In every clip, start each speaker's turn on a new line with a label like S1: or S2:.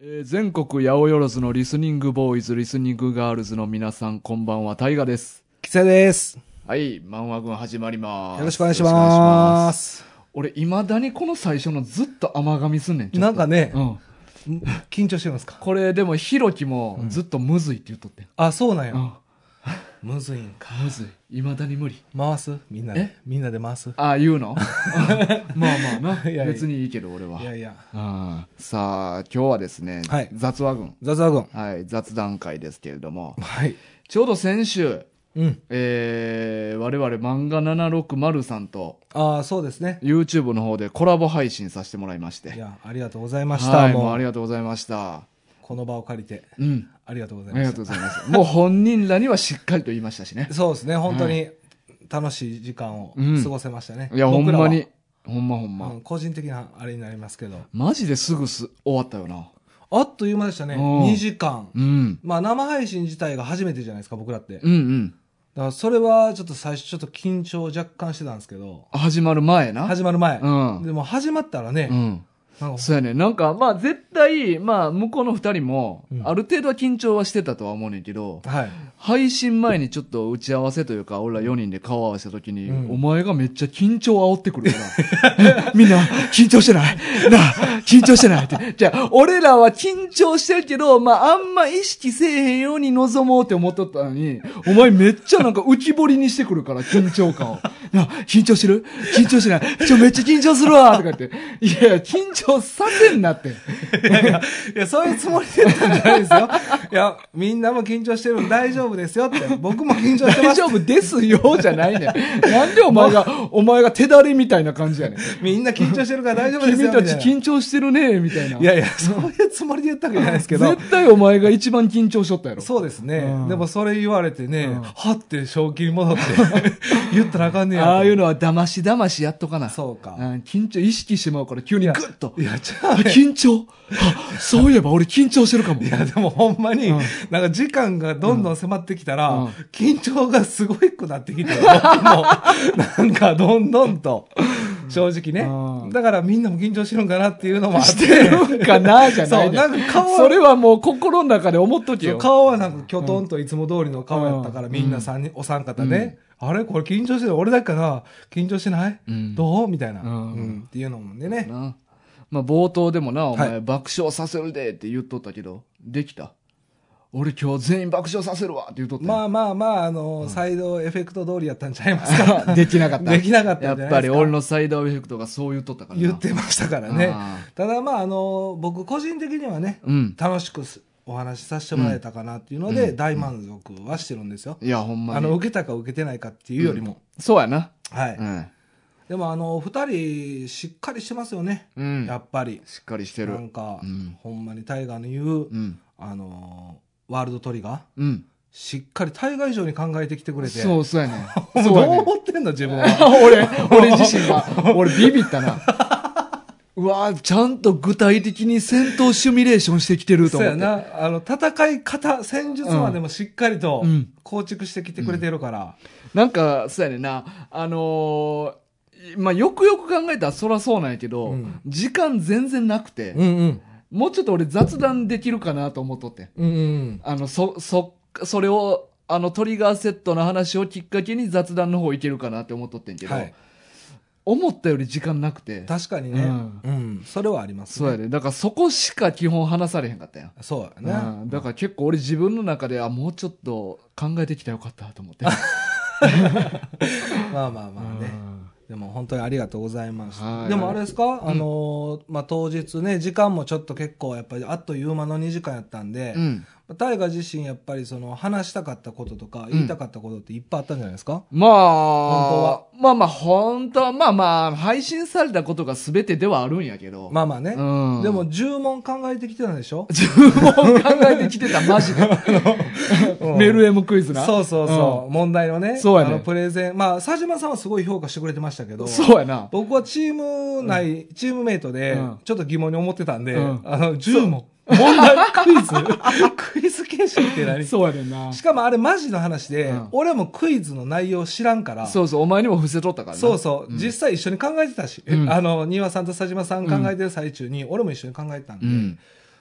S1: えー全国八百万のリスニングボーイズ、リスニングガールズの皆さん、こんばんは、タイガです。
S2: キセです。
S1: はい、漫画軍始まります。
S2: よろしくお願いします。
S1: よろしくお願いします。俺、未だにこの最初のずっと甘噛みすんねん、ちょっと
S2: なんかね
S1: うん。
S2: 緊張してますか
S1: これ、でも、ひろきもずっとむずいって言っとってん。
S2: あ、そうなんや
S1: う。ん。
S2: むずいんか。
S1: むずい。未だに無理。
S2: 回すみんな
S1: え
S2: で。みんなで回す。
S1: ああ、言う のまあまあな。
S2: いやいや
S1: 別にいいけど、俺は。
S2: いやいや。
S1: うんさあ、今日はですね、
S2: はい
S1: 雑話軍。
S2: ザザー君。
S1: はい、雑談会ですけれども、
S2: はい。
S1: ちょうど先週、
S2: うん。
S1: えー、我々漫画760さんと
S2: ああ、そうですね。
S1: YouTube の方でコラボ配信させてもらいまして。
S2: いや、ありがとうございまし
S1: は
S2: た。
S1: い、もう
S2: も
S1: あ
S2: う
S1: り、がとうございました。
S2: この場を借りて。
S1: うん。
S2: ありがとうござ
S1: あり
S2: いま
S1: が
S2: し
S1: とうございます。もう本人らにはしっかりと言いましたしね
S2: た。。そうですね。本当に楽しい時間を
S1: うん
S2: 過ごせましたね。
S1: いや、ほん
S2: 僕らは
S1: まに。。ほんまほんま。
S2: うん個人的なあれになりますけど。
S1: マジですぐす終わったよな。
S2: あっという間でしたね。
S1: うん
S2: 2時間
S1: う。ん。
S2: まあ生配信自体が初めてじゃないですか、僕らって。だか
S1: うんうん。
S2: らそれはちょっと最初ちょっと緊張若干してたんですけど。
S1: 始まる前な。
S2: 始まる前。
S1: うん
S2: でも始まったらね、
S1: うん。
S2: なんか
S1: そうやね。なんか、まあ絶対、まあ向こうの二人も
S2: う、ん
S1: ある程度は緊張はしてたとは思うねんけど、
S2: はい。
S1: 配信前にちょっと打ち合わせというか、俺ら4人で顔合わせた時に、
S2: うん
S1: お前がめっちゃ緊張煽ってくるよ な。みんな、緊張してないなあ、緊張してないって。じゃあ、俺らは緊張してるけど、まあ、あんま意識せえへんように臨もうって思っとったのに、お前めっちゃなんか浮き彫りにしてくるから、緊張感を。なあ、緊張してる緊張してないちょ、めっちゃ緊張するわとか言って。いやいや、緊張させんなって。
S2: いやいや、いやそういうつもりでやったんじゃないです よ。いや、みんなも緊張してる大丈夫ですよって。僕も緊張してま
S1: 大
S2: す。
S1: 丈夫ですよじゃないねん。なんでお前が、お前が手だれみたいな感じやねん。
S2: みんな緊張してるから大丈夫です
S1: 君
S2: よみた
S1: た
S2: いな。
S1: ち緊張してるね、みたいな。
S2: いやいや、そういうつもりで言ったわけじゃないですけど。
S1: 絶対お前が一番緊張しとったやろ。
S2: そうですね、
S1: うん
S2: でもそれ言われてね、
S1: うん
S2: はって正気に戻って 言ったらあかんねやと
S1: ああいうのは騙し騙しやっとかな。
S2: そうか
S1: ん緊張、意識してまうから急にグッと
S2: い。やじゃ
S1: あ
S2: あね
S1: 緊張あそういえば俺緊張してるかも。
S2: いや、でもほんまに、
S1: うん
S2: なんか時間がどんどん迫ってきたら、
S1: うん
S2: 緊張がすごいくなって きて、僕もなんかどんどんと、正直
S1: う
S2: ね
S1: ん。
S2: だからみんなも緊張してるんかなっていうのもあっ、
S1: しててるんかなじゃないね
S2: そうなんか顔は
S1: それはもう心の中で思っとけ
S2: そう
S1: よ。
S2: 顔はなんかきょとんといつも通りの顔やったから、
S1: うん
S2: みんな三人、お三方ね、あれこれ緊張してる俺だけかな緊張してない、
S1: うん
S2: どうみたいな、
S1: う
S2: うんんっていうのもんでね。
S1: なまあ冒頭でもな、お前、
S2: は
S1: 爆笑させるでって言っとったけど、できた。俺今日全員爆笑させるわって言っとったよ。
S2: まあまあまあ、あの、サイドエフェクト通りやったんちゃいます か。
S1: できなかった。
S2: できなかった
S1: や
S2: んじゃ
S1: っ
S2: な
S1: ぱ
S2: いで
S1: り
S2: すか。
S1: 俺のサイドエフェクトがそう言っとったからな。
S2: 言ってましたから
S1: あ
S2: ね。ただまあ、あの、僕個人的にはね、
S1: うん。
S2: 楽しくすお話しさせてもらえたかなっていうので、
S1: うん
S2: 大満足はしてるんですよ。
S1: いや、ほんま
S2: あの、
S1: に。
S2: 受けたか受けてないかっていうよりも。
S1: そうやな。
S2: はい。
S1: うん。
S2: でもあの、お二人、しっかりしてますよね。
S1: うん。
S2: やっぱり。
S1: しっかりして
S2: な
S1: る。
S2: んか、
S1: うん
S2: ほんまにタイガーの言う、
S1: うん。
S2: あのー、ワールドトリガー、
S1: うん。
S2: しっかりタイガー以上に考えてきてくれて。。
S1: そうう、そうや ね。
S2: ど
S1: そううやね
S2: 思ってんの自分は。
S1: 俺、俺自身が、俺ビビったな。 うわちゃんと具体的に戦闘シミュレーションしてきてると
S2: そう
S1: 思っ
S2: や
S1: て。
S2: な。あの、戦い方、戦術までもしっかりと
S1: うん
S2: 構築してきてくれてるから。
S1: なんか、そうやねんな。あのーいまあ、よくよく考えたらそらそうなんやけど、
S2: うん
S1: 時間全然なくて、
S2: んうん。
S1: もうちょっと俺雑談できるかなと思っとってん。
S2: うんうん。
S1: あの、そ、そ、それを、あの、トリガーセットの話をきっかけに雑談の方いけるかなって思っとってんけど、
S2: はい。
S1: 思ったより時間なくて。
S2: 確かにね、
S1: う
S2: うんん、それはあります、ね。
S1: そうや。ね。だからそこしか基本話されへんかったやん。
S2: そうやね。
S1: うん、だから結構俺自分の中で、あ、もうちょっと考えてきたらよかったと思って。
S2: まあまあまあね。でも本当にありがとうございまし
S1: はい
S2: た。でもあれですか、あのーまあ当日ね、時間もちょっと結構やっぱりあっという間の2時間やったんで、
S1: うん。うん
S2: 大河自身やっぱりその話したかったこととか言いたかったことっていっぱいあったんじゃないですか、
S1: ま
S2: 当
S1: あ
S2: は、
S1: まあまあ、本当は、まあまあ、配信されたことが全てではあるんやけど。
S2: まあまあね。
S1: うん
S2: でも10問考えてきてたんでしょ
S1: 自分も考えてきてた、マ ジで。メルエムクイズな。
S2: そうそうそう、問題のね。
S1: そうやね
S2: あのプレゼン。まあ、佐島さんはすごい評価してくれてましたけど。
S1: そうやな。
S2: 僕はチーム内、チームメイトで
S1: うん、
S2: ちょっと疑問に思ってたんで、
S1: うん
S2: あの、10問。問題ク イズクイズ形式って何
S1: そうやねんな。
S2: しかもあれマジの話で、
S1: うん
S2: 俺もクイズの内容知らんから、
S1: そうそう、お前にも伏せとったからな。
S2: そうそう、実際一緒に考えてたし、
S1: うん
S2: あの、丹羽さんと佐島さん考えてる最中に、俺も一緒に考えてたんで、
S1: うん。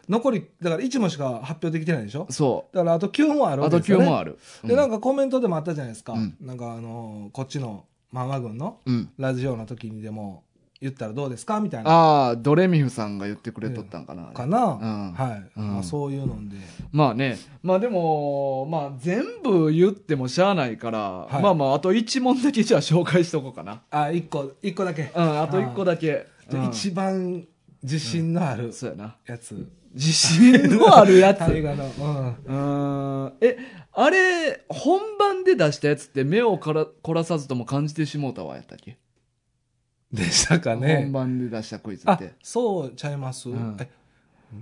S2: 残り、だから1問しか発表できてないでしょ
S1: そ
S2: だからあと9問あ
S1: う。
S2: るわ
S1: あと
S2: けですよ、
S1: 9
S2: ね。
S1: もある。
S2: で、な
S1: うん
S2: んかコメントでもあったじゃないですか。
S1: うん
S2: なんかあのーこっちの漫画軍の
S1: うん。
S2: ラジオの時にでも言ったらどうですかみたいな。
S1: ああ、ドレミフさんが言ってくれとったんかな。
S2: かな、
S1: うん
S2: はい、
S1: うん
S2: まあ、そういうので。
S1: まあね。まあでも、まあ全部言ってもしゃあないから、
S2: い
S1: まあまああと1問だけじゃあ紹介しとこうかな。
S2: あ、一個、一個だけ。
S1: うん、あと1個だけ。
S2: じゃあ一番自信のあ
S1: う
S2: る
S1: んそうやな。
S2: やつ。
S1: 自信のあるや つ。
S2: 大河の。うん。
S1: うーんえ、あれ、本番で出したやつって目をから凝らさずとも感じてしもうたわ、やったっけ、
S2: でしたか
S1: 本
S2: ね。
S1: 番で出したクイズっ
S2: あ
S1: て。、
S2: そうちゃいます、
S1: うん
S2: え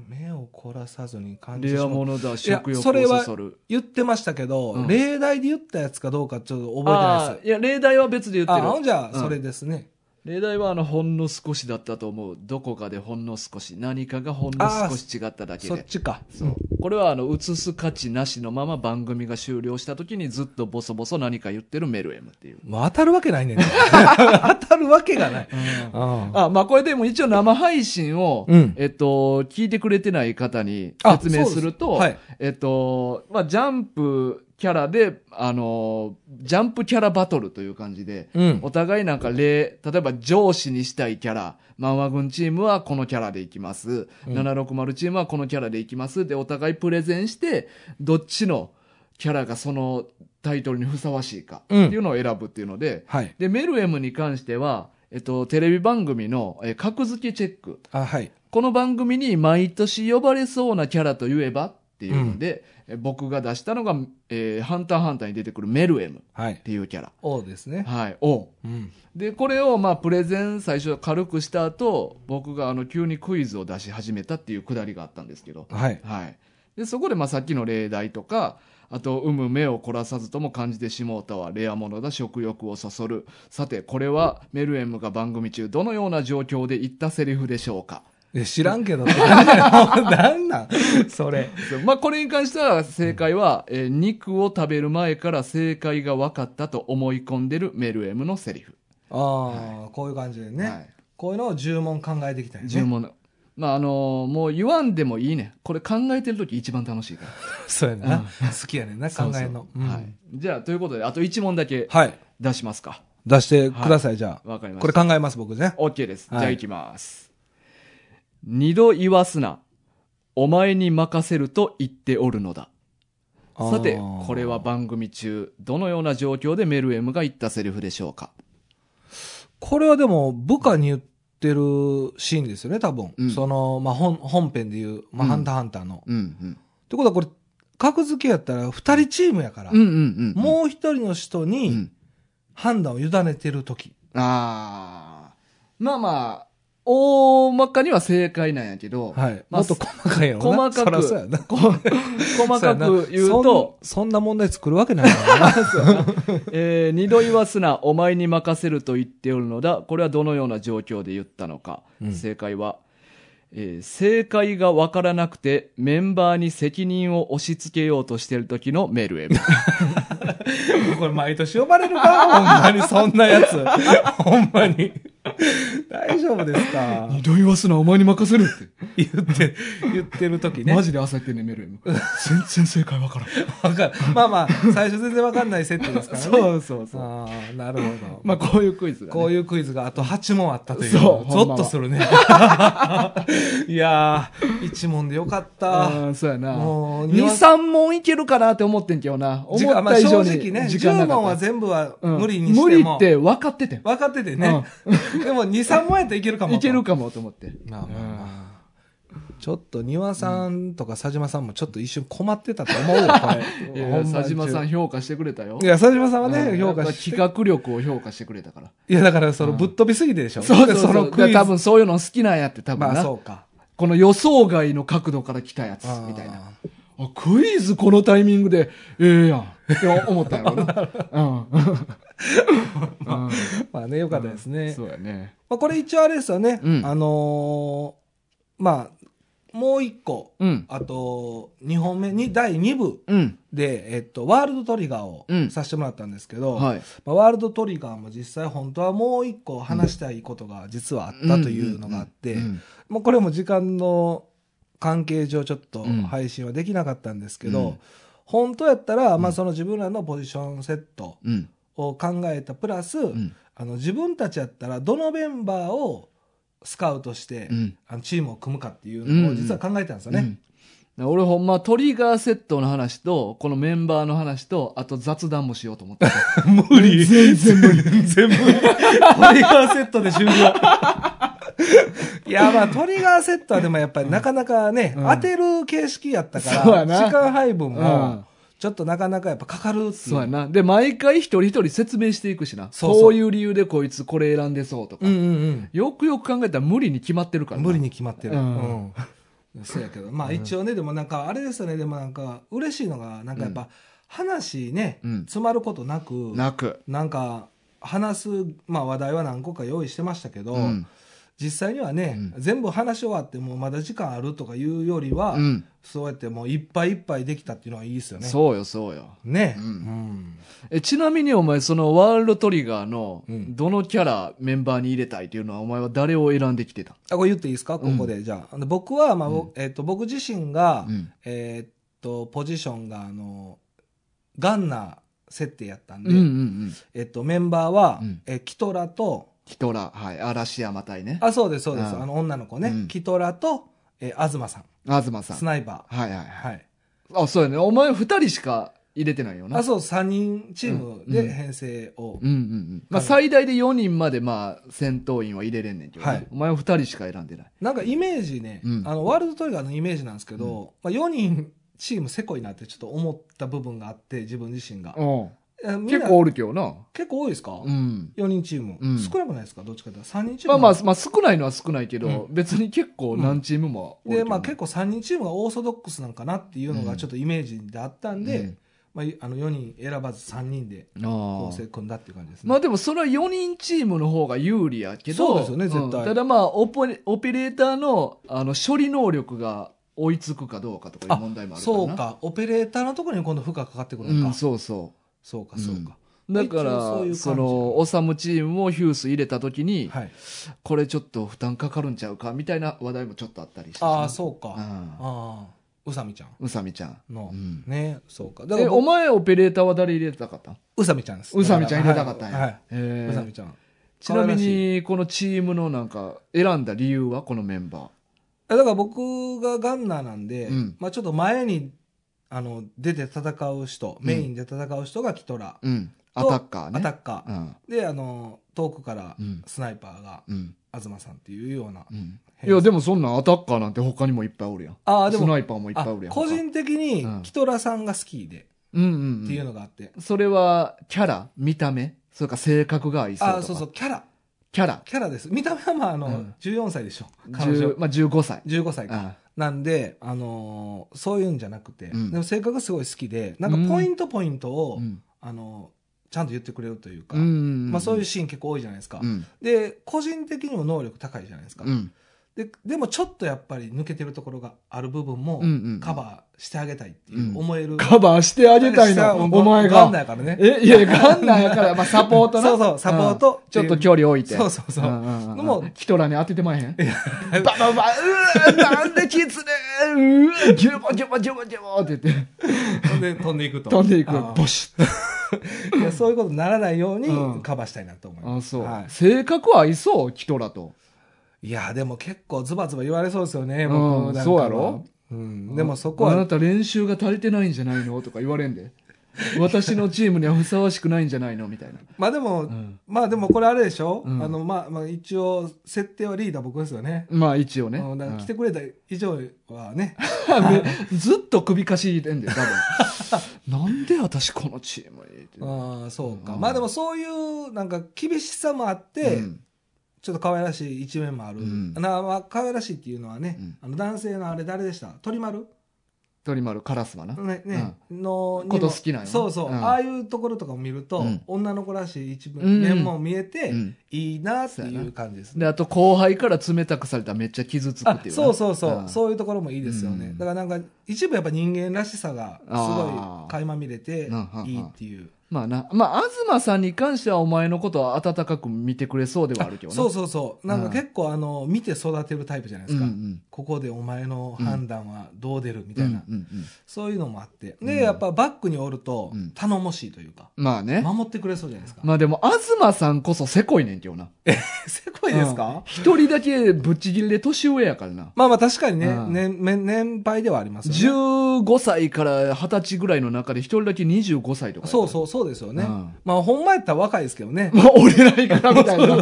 S2: 目を凝らさずに感じ
S1: レ
S2: て
S1: ア
S2: しまう
S1: 物だ、食欲を
S2: それは
S1: そそる。
S2: 言ってましたけど、
S1: うん
S2: 例題で言ったやつかどうかちょっと覚えてない
S1: あ
S2: で
S1: ーいや、例題は別で言
S2: す。あ、
S1: っ
S2: ほ
S1: て
S2: ん
S1: る。
S2: じゃ
S1: う
S2: あ、
S1: ん
S2: それですね。
S1: 例題はあの、ほんの少しだったと思う。どこかでほんの少し。何かがほんの少し違っただけ
S2: そっ
S1: で。
S2: ちか。
S1: これはあの、映す価値なしのまま番組が終了した時にずっとボソボソ何か言ってるメルエムっていう。
S2: まあ、当たるわけない ねんな。当たるわけがない。うん
S1: あ、まあこれでも一応生配信を、
S2: うん
S1: えっと、聞いてくれてない方に
S2: あ
S1: 説明すると、
S2: そうです
S1: えっと、まあジャンプキャラで、あの、ジャンプキャラバトルという感じで、
S2: うん
S1: お互いなんか例、例えば上司にしたいキャラ、漫画軍チームはこのキャラでいきます、
S2: うん
S1: 760チームはこのキャラでいきます、で、お互いプレゼンして、どっちのキャラがそのタイトルにふさわしいかっていうのを選ぶっていうので、
S2: はい。
S1: で、メルエムに関しては、えっと、テレビ番組の、えー格付けチェック。
S2: あ、はい。
S1: この番組に毎年呼ばれそうなキャラといえばっていうので、えー僕が出したのが、えーハンターハンターに出てくるメルエムっ
S2: はい。
S1: ていうキャラ。
S2: O ですね。
S1: はい。を。
S2: うん。
S1: で、これを、まあ、プレゼン最初軽くした後、僕が、あの、急にクイズを出し始めたっていうくだりがあったんですけど、
S2: はい。
S1: はい。で、そこで、まあ、さっきの例題とか、あと、産む目を凝らさずとも感じてしもうたは、レアものだ、食欲をそそる。さて、これは、メルエムが番組中、どのような状況で言ったセリフでしょうか
S2: え知らんけど。 なんなんそれ。
S1: そうまあ、これに関しては、正解は、えー肉を食べる前から正解が分かったと思い込んでるメルエムのセリフ。
S2: ああ、こういう感じで
S1: は
S2: ね
S1: い。
S2: こういうのを10問考えてきたよね。
S1: 十問の。まあ、あのーもう言わんでもいいね。これ考えてる時一番楽しいから。
S2: そうやな。好きやねんな、考えんの。
S1: そうそうはい。じゃあ、ということで、あと1問だけ
S2: はい。
S1: 出しますか。
S2: 出してください、じゃあ。
S1: わかりました
S2: これ考えます、僕ね。
S1: OK です。
S2: はい
S1: じゃあ行きます。二度言わすな。お前に任せると言っておるのだ。さて
S2: あ、ー
S1: これは番組中、どのような状況でメルエムが言ったセリフでしょうか
S2: これはでも、部下に言ってるシーンですよね、多分。
S1: うん
S2: その、まあ、本、本編で言う、まあ、
S1: うん
S2: ハンターハンターの。っ
S1: うんうん。
S2: てことは、これ、格付けやったら、二人チームやから
S1: うんう、んうん。
S2: もう一人の人
S1: う
S2: に
S1: ん。
S2: 判断を委ねてる時。
S1: ああ。まあまあ、大まかには正解なんやけど、
S2: はい。
S1: まあ
S2: もっと細かいやろな。
S1: 細かく
S2: そらそうや な。
S1: こ細かく言うと、
S2: そんそんな問題作るわけないからな。
S1: えー二度言わすな、お前に任せると言っておるのだ。これはどのような状況で言ったのか。
S2: うん
S1: 正解は、えー正解がわからなくて、メンバーに責任を押し付けようとしてる時のメルエム。
S2: これ毎年呼ばれるかほんまにそんなやつ。 ほんまに。大丈夫ですか
S1: 度言わすな、お前に任せるっ
S2: 言って、言ってる時ね。
S1: ジで焦ってね、メルエム。全然正解わからん。
S2: わかる。まあまあ、最初全然わかんない設定です から ね。
S1: そうそうそう。
S2: ああ、なるほど。
S1: まあ、こういうクイズが、ね。
S2: こういうクイズがあと8問あったという。
S1: そう
S2: ゾッとするね。 いやー、1問でよかった。
S1: ああ、そうやな。
S2: もう
S1: 2、3問いけるかなって思ってんけどな。思
S2: 時間
S1: っ
S2: まあ
S1: た以
S2: 正
S1: 上に
S2: 直ね、
S1: 時間なか
S2: 10
S1: った
S2: 問は全部は
S1: うん
S2: 無理にしても。
S1: 無理って分かっててん。
S2: 分かっててね。 でも2、3問やったらいけるかも。
S1: いけるかもと思って。
S2: まあまあまあ。ちょっと、丹羽さんとか佐島さんもちょっと一瞬困ってたと思うよ、 こ
S1: い
S2: れ。
S1: や
S2: ほんま
S1: 佐島さん
S2: い
S1: 評価してくれたよ。
S2: や、佐島さんは
S1: う
S2: ね、
S1: ん
S2: 評価
S1: やっぱ
S2: して。
S1: 企画力を評価してくれたから。
S2: いや、だから、その、ぶっ飛びすぎてでしょ。
S1: そうそうそう。
S2: のクイズ。
S1: 多分そういうの好きなんやって、多分な。
S2: まあ、そうか。
S1: この予想外の角度から来たやつ、みたいな。
S2: あ
S1: あクイズこのタイミングで、ええやん。って思ったんやろな。うん。うん
S2: ー。まあね、よかったですね。
S1: そうやね。
S2: まあ、これ一応あれですよね。
S1: うん
S2: あのーまあ、もう一個、
S1: うん。
S2: あと、二本目、に第2部
S1: うん。
S2: で、えっと、ワールドトリガーを
S1: うん
S2: させてもらったんですけど、
S1: はい。
S2: まあ、ワールドトリガーも実際本当はもう一個話したいことが実はあったというのがあって、
S1: うん
S2: もうこれも時間の関係上ちょっと
S1: うん
S2: 配信はできなかったんですけ
S1: う
S2: ど、
S1: ん
S2: 本当やったら、ま
S1: う
S2: あ
S1: ん
S2: その自分らのポジションセット
S1: うん。
S2: を考えたプラス、
S1: うん。
S2: あの自分たちやったらどのメンバーをスカウトして、
S1: うん
S2: あのチームを組むかっていうのを実は考えてたんですよね。
S1: うん俺ほんまトリガーセットの話と、このメンバーの話と、あと雑談もしようと思ってた。
S2: 無理。全然無理。全部。トリガーセットで終了。 いや、まあ、トリガーセットはでもやっぱりなかなかね、
S1: うん
S2: 当てる形式やった
S1: そう
S2: か
S1: や
S2: ら、
S1: な
S2: 時間配分
S1: うん
S2: も、ちょっとなかなかやっぱかかるって い
S1: そうや
S2: う。
S1: な。で、毎回一人一人説明していくしな。
S2: そうそう
S1: こういう理由でこいつこれ選んでそうとか。
S2: うんうん
S1: よくよく考えたら無理に決まってるか
S2: う
S1: ら
S2: ん。
S1: な。
S2: 無理に決まってる。
S1: う
S2: うんん。そうやけど、まあ一応ね、でもなんか、あれですよね、でもなんか、嬉しいのが、なんかやっぱ、話ね、
S1: うん
S2: 詰まることなく、
S1: なく。
S2: なんか、話す、まあ話題は何個か用意してましたけど、
S1: うん。
S2: 実際にはね、
S1: う
S2: 全部話し終わってもうまだ時間あるとかいうよりは、
S1: うん
S2: そうやってもういっぱいいっぱいできたっていうのはいいですよね。
S1: そうよ、そうよ。
S2: ね、
S1: うん
S2: うん
S1: え、ちなみにお前、そのワールドトリガーの、
S2: うん
S1: どのキャラメンバーに入れたいっていうのは、お前は誰を選んできてた
S2: あこれ言っていいですかここで、じゃあで僕は、まあぼえっと僕自身が、
S1: うん
S2: えっとポジションがあのガンナー設定やったん
S1: う
S2: で、
S1: んうんうん。
S2: えっとメンバーは、
S1: うん
S2: えキトラと
S1: ヒトラ、はい、嵐山隊ね。
S2: あそうですそうです、
S1: うん
S2: あの女の子ね、
S1: うん
S2: キトラと、え東さん
S1: 東さん。
S2: スナイバ
S1: はいはいはい
S2: ー、。はい、
S1: あ、そうやね。お前二人しか入れてないよな。
S2: あそう3人チーム
S1: うん
S2: で編成を、
S1: うんうんうん。まあ
S2: はい
S1: 最大で4人までまあ戦闘員は入れれんねんけどね、
S2: はい
S1: お前は2人しか選んでない。
S2: なんかイメージね、
S1: うん
S2: あのワールドトリガーのイメージなんですけど、まあ、4人チームせこいなってちょっと思った部分があって自分自身が、えみん
S1: 結
S2: な
S1: 構おるけどな。
S2: 結構多いですか、
S1: うん。
S2: 4人チーム、
S1: うん
S2: 少なくないですかどっちかというと3人チー
S1: まあ
S2: ム
S1: まあ、まあ少ないのは少ないけど、
S2: う
S1: 別に結構何チームもおるけ
S2: で
S1: ど、
S2: まあ、結構3人チームがオーソドックスなんかなっていうの
S1: うん
S2: がちょっとイメージであったんで、
S1: うん
S2: まあ、いあの4人選ばず3人で
S1: 構
S2: 構成組んだっていう感じですね、
S1: まあでもそれは4人チームの方が有利やけど。
S2: そうですよね絶対
S1: ただまあオポ、オペレーターのあの処理能力が追いつくかどうかとかいう問題もあるから
S2: そ
S1: な。
S2: う。かオペレーターのところに今度負荷かかってくる
S1: う
S2: のか、
S1: ん、そうそう。
S2: そうかそうか、
S1: だから、
S2: 一応そういう
S1: そ
S2: 感じ
S1: の、オサムチームをヒュース入れたときに、
S2: はい、
S1: これちょっと負担かかるんちゃうかみたいな話題もちょっとあったりして。
S2: ああそうか、あ
S1: あ
S2: あ宇佐美ちゃん
S1: うさみちゃん。
S2: の、
S1: うん
S2: ねそうかだか
S1: え、
S2: ら
S1: お前オペレーターは誰入れてたかったん
S2: うさみちゃんです。
S1: うさみちゃん入れたかったんや。
S2: はいはい。
S1: へ
S2: うさ
S1: ー
S2: みちゃん。
S1: ちなみ
S2: 可愛らしい。
S1: に、このチームのなんか、選んだ理由はこのメンバ
S2: えだから僕がガンナーなんで、
S1: うん
S2: まあちょっと前に、あの、出て戦う人、
S1: ん
S2: メインで戦う人がキトラ、
S1: ー。うん。ア
S2: と
S1: タッカーね。
S2: アタッカー。
S1: うん。
S2: で、あの、遠くから
S1: うん
S2: スナイパーが、
S1: うん。
S2: 東さんっていうような。
S1: うん。い
S2: 変
S1: や、でもそんなんアタッカーなんて他にもいっぱいおるやん。
S2: ああ、で
S1: スナ
S2: も、
S1: イパーもいっぱい
S2: あ
S1: おるやん。
S2: 個人的に
S1: うん
S2: キトラさんが好きで、
S1: 他うんうん、うん。
S2: っていうのがあって。
S1: それは、キャラ見た目それから性格が合いそうとか。
S2: ああ、そうそう、キャラ。
S1: キャラ。
S2: キャラです。見た目はまあ、あの、
S1: うん
S2: 14歳でしょ。彼
S1: 10
S2: 女。
S1: まあ、15歳。
S2: 15歳か。なんで、あのーそういうんじゃなくて、
S1: うん
S2: でも性格がすごい好きで、なんかポイントポイントを、
S1: うん
S2: あのーちゃんと言ってくれるというか、
S1: うん
S2: まあ、そういう
S1: 人
S2: シーン結構多いじゃないですか、
S1: うん。
S2: で、個人的にも能力高いじゃないですか、
S1: うん。
S2: で、でもちょっとやっぱり抜けてるところがある部分
S1: う
S2: も
S1: んうん
S2: カバーしてあげたいって
S1: う
S2: い
S1: ん
S2: う思える。
S1: カバーしてあげたい
S2: してあ
S1: の、
S2: げ
S1: お前
S2: ガンナ
S1: が。
S2: やからね。
S1: え、いや、ガンナやから、まあ、サポートな。
S2: そうそう、サポート、
S1: ちょっと距離置いて。
S2: そうそうそう
S1: で
S2: でも
S1: も、ヒトラーに当ててまえへん。バババ、うー、なんでキツネ、うー、ギョボギョボギョボギョボって言って、
S2: 飛ん で、飛んでいくと。
S1: 飛んでいく
S2: あー。
S1: ボシッ
S2: いやそういうことにならないように
S1: うん
S2: カバーしたいなと思います。
S1: あ、そう
S2: はい。
S1: 性格は合いそう、キトラと。
S2: いや、でも結構ズバズバ言われそうですよね、
S1: うん
S2: 僕なんかは
S1: そうやろ
S2: うん。でもそこ
S1: あな
S2: は、
S1: た練習が足りてないんじゃないのとか言われん で。私のチームにはふさわしくないんじゃないのみたいな。
S2: まあでも、
S1: ん
S2: まあでもこれあれでしょ、
S1: うん
S2: あの、まあ、まあ一応、設定はリーダー僕ですよね。
S1: まあ一応ね。
S2: うんだから 来てくれた以上はね、
S1: うんずっと首かしいてんで、多 分。なんで私このチームにって。
S2: ああ、そうか。
S1: うん
S2: まあでもそういう、なんか厳しさもあって、
S1: うん
S2: ちょっと可愛らしい一面もある。
S1: うん
S2: なまあ、可愛らしいっていうのはね、
S1: うん
S2: あの男性のあれ誰でした鳥丸
S1: 鳥丸カラスマな。
S2: ね、ね、の、にも
S1: こと好きなんよ
S2: そうそう、
S1: うん
S2: ああいうところとかも見ると、
S1: うん
S2: 女の子らしい一
S1: うん
S2: 面も見えて、
S1: うん
S2: いいなっていう感じですね。
S1: で、あと後輩から冷たくされたらめっちゃ傷つく
S2: あ
S1: っていうな。
S2: そうそうそう、
S1: ん
S2: そういうところもいいですよね。
S1: うん
S2: だからなんか、一部やっぱ人間らしさがす
S1: あー
S2: ごい垣間見れて
S1: うんうんうん、
S2: いいっていう。
S1: まあな。まあ、東さんに関してはお前のことは温かく見てくれそうではあるけどな。
S2: そう
S1: で
S2: そうそう。なんか結構あの、見て育てるタイプじゃないですか。
S1: うんうん
S2: ここでお前の判断はどう出るみたいな。
S1: うんうんうん。
S2: そういうのもあって。
S1: うん
S2: で、やっぱバックにおると
S1: うん、
S2: 頼もしいというか、
S1: まあね。
S2: 守ってくれそうじゃないですか。
S1: まあでも、東さんこそせこいねんけどな。
S2: せこいです
S1: うん
S2: か
S1: 一人だけぶっちぎりで年上やからな。
S2: まあまあ確かにね、
S1: うん
S2: 年、年年配ではありますよね。
S1: 15歳から20歳ぐらいの中で一人だけ25歳とかやから。
S2: そうそうそうですよね。
S1: うん
S2: まあほんまやったら若いですけどね。
S1: まあ、俺らい からみたいな。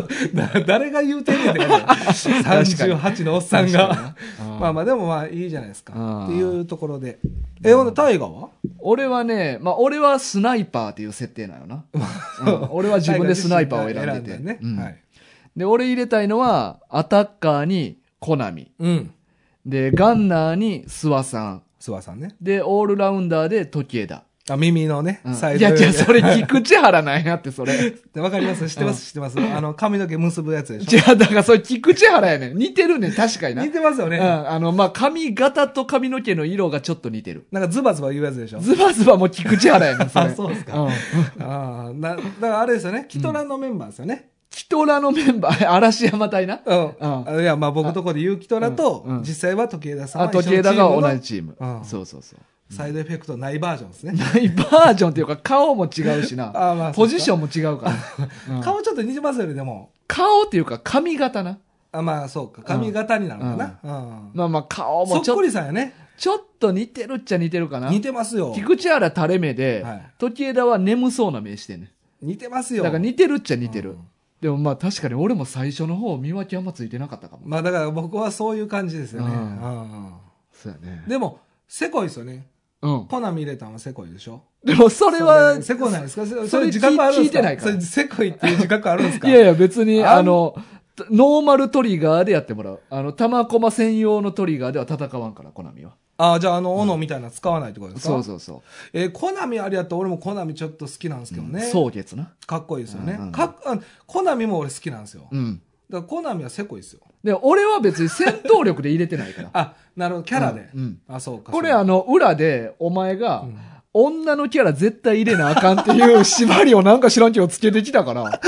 S2: だ誰が言うてんねんって感じ38のおっさんが。まあまあでもまあいいじゃないです
S1: うん
S2: か。っていうところで。え、ほんで大河は
S1: 俺はね、まあ、俺はスナイパーっていう設定なのな。うん俺は自分でスナイパーを選んでて。
S2: 選ね
S1: うん
S2: はい。
S1: で、俺入れたいのは、アタッカーにコナミ。
S2: うん。
S1: で、ガンナーに諏訪さん。
S2: 諏訪さんね。
S1: で、オールラウンダーで時枝。
S2: あ、耳のね
S1: うん、
S2: サイ
S1: い
S2: ズ。
S1: や、じゃそれ、菊池原なんやって、そ れ。
S2: わかります知ってます知ってますあの、髪の毛結ぶやつでし
S1: じゃだからそれ菊池原やねん。似てるねん、確かに
S2: ょ
S1: な。
S2: 似てますよ
S1: う
S2: ね。
S1: ん、あの、まあ、髪型と髪の毛の色がちょっと似てる。
S2: なんかズバズバ言うやつでしょ
S1: ズバズバも菊池原やねん、それ。
S2: あそうですか
S1: ん
S2: ああ、な、だからあれですよね。キトラのメンバーですよね。
S1: キトラのメンバー、 嵐山隊な。
S2: うん。
S1: う
S2: いや、まあ僕とこで言うキトラと
S1: うんうん、
S2: 実際は時枝さん
S1: あ、
S2: は一緒の
S1: 時枝
S2: チーム
S1: が
S2: の
S1: 同じチーム
S2: う。ん
S1: そうそうそう。
S2: サイドエフェクトないバージョンですね。
S1: ないバージョンっていうか、顔も違うしな。
S2: あーまあ
S1: ポジションも違うから。うん
S2: 顔ちょっと似てますよね、でも。
S1: 顔っていうか、髪型な。
S2: あまあ、そうか。髪型になるのかな。うん。
S1: まあまあ、顔
S2: そ
S1: も
S2: っ
S1: ちょ
S2: こ
S1: っ
S2: りさんやね。
S1: ちょっと似てるっちゃ似てるかな。
S2: 似てますよ。
S1: 菊池原垂れ目で、
S2: はい
S1: 時枝は眠そうな目してんね
S2: 似てます
S1: ん。だ
S2: よ。
S1: から似てるっちゃ似てる。
S2: うん
S1: でもまあ確かに俺も最初の方見分けあんまついてなかったかも。
S2: まあ、だから僕はそういう感じですよ
S1: う
S2: ね。うんん
S1: そうやね。
S2: でも、せこいですよね。
S1: うん。
S2: コナミ入れたんはせこいでしょ
S1: でもそれは、
S2: せこないですかそ
S1: それ
S2: れ自覚あるん
S1: 聞
S2: で
S1: い
S2: す
S1: て
S2: か
S1: ないから
S2: それせこいっていう自覚あるんですか
S1: いやいや、別に、
S2: あん
S1: あの、ノーマルトリガーでやってもらう。あの、玉駒専用のトリガーでは戦わんから、コナミは。
S2: ああ、じゃあ、あの、斧みたいなの使わないってことですか
S1: そうそうそ
S2: えーコナミありやったら俺もコナミちょっと好きなんですけど
S1: う。
S2: ね。
S1: 蒼月な。
S2: かっこいいですよ
S1: うん
S2: ね
S1: うんうん。
S2: かっあコナミも俺好きなんですよ。だか
S1: うん。
S2: らコナミはせこいですよ。
S1: で、俺は別に戦闘力で入れてないから。
S2: あ、なるほど、キャラで。
S1: うんうん
S2: あ、そうか。
S1: これ
S2: そうか
S1: あ、の、裏で、お前が、
S2: ん
S1: 女のキャラ絶対入れなあかんっていう縛りをなんか知らんけどつけてきたから。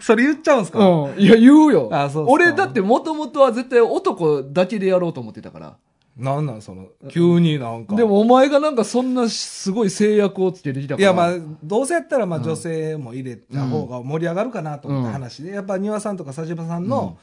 S2: それ言っちゃうんですか、
S1: うん。いや、言うよ。
S2: あそうっすか
S1: 俺だってもともとは絶対男だけでやろうと思ってたから。
S2: なんなんその、急になんか。
S1: で、もお前がなんかそんなすごい制約をつけてきたか
S2: い
S1: ら。
S2: やまあ、どうせやったらまあ女性も入れた方が盛り上がるかなと思
S1: う
S2: っ
S1: ん
S2: た話で、やっぱ庭さんとか佐島さんの、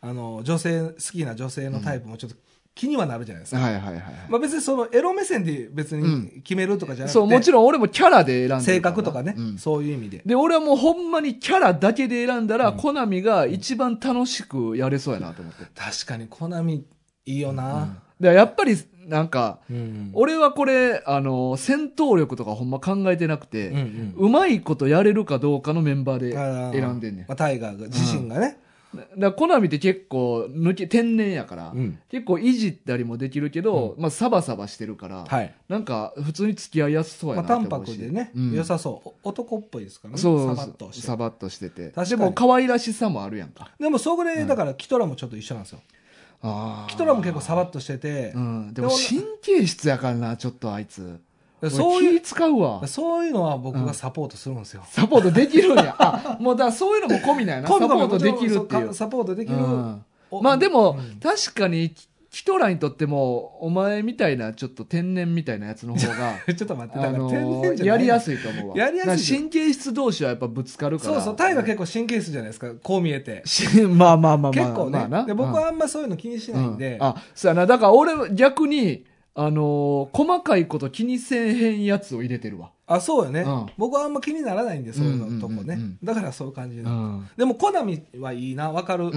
S2: あの、女性、好きな女性のタイプもちょっと気にはなるじゃないですか。
S1: はいはいはい。
S2: まあ別にそのエロ目線で別に決めるとかじゃなくて、
S1: そう、もちろん俺もキャラで選んでるら
S2: 性格とかね、
S1: うん
S2: そういう意味で。
S1: で、俺はもうほんまにキャラだけで選んだら、コナミが一番楽しくやれそうやなと思って。だか
S2: 確かに、コナミいいよな。
S1: らやっぱり、なんか、
S2: うん
S1: 俺はこれ、あの、戦闘力とかほんま考えてなくて、
S2: うんうん
S1: うまいことやれるかどうかのメンバーで
S2: あー
S1: 選んでんねん。
S2: まあ、タイガーが自身がね、
S1: だからコナミって結構抜け、天然やから、
S2: うん
S1: 結構いじったりもできるけど、まあサバサバしてるから、
S2: はい
S1: なんか普通に付き合いやすそうや
S2: まあ、
S1: なって
S2: 淡
S1: 思うし。
S2: 白でね、
S1: うん
S2: 良さそうお男っぽいですからね
S1: そう
S2: サバッとして
S1: サバッとしてて。
S2: かに
S1: でも可愛らしさもあるやんか。
S2: でもそこでだからキトラもちょっと一緒なんですよ、
S1: あー
S2: キトラも結構サバッとしてて
S1: う、ん。でも神経質やからな、ちょっとあいつ。
S2: そ
S1: そうう
S2: い
S1: いうう。使うわ。
S2: そういうのは僕がサポートするんですよ、
S1: サポートできるんや。あ、もうだからそういうのも込みなんや な。サポ
S2: 今度は
S1: ートできる
S2: も
S1: っ
S2: ち
S1: て
S2: ろ
S1: い
S2: んそうか。サポートできる、
S1: うん
S2: お
S1: まあでも
S2: うん、
S1: 確かに、キキトラにとっても、お前みたいな、ちょっと天然みたいなやつの方が、
S2: ちょっと待 ってだ
S1: あ
S2: から
S1: の
S2: 天然じゃない
S1: やりやすいと思うわ。
S2: やりやすい
S1: なんか神経質同士はやっぱぶつかるから。
S2: そうそうタイが結構神経質じゃないですかこう見えて、
S1: し まあまあまあまあ。
S2: 結構ね、
S1: まあな
S2: で僕はあんまそういうの気にしないんで、
S1: うんあ、そうやな。だから俺、逆に、あのー細かいこと気にせえへんやつを入れてるわ。
S2: あそうよね、
S1: うん
S2: 僕はあんま気にならないんでそういうのとこね、
S1: うんうんうんうん
S2: だからそういう感じで、
S1: ん。
S2: でもコナミはいいなわかる、
S1: うんうん、う。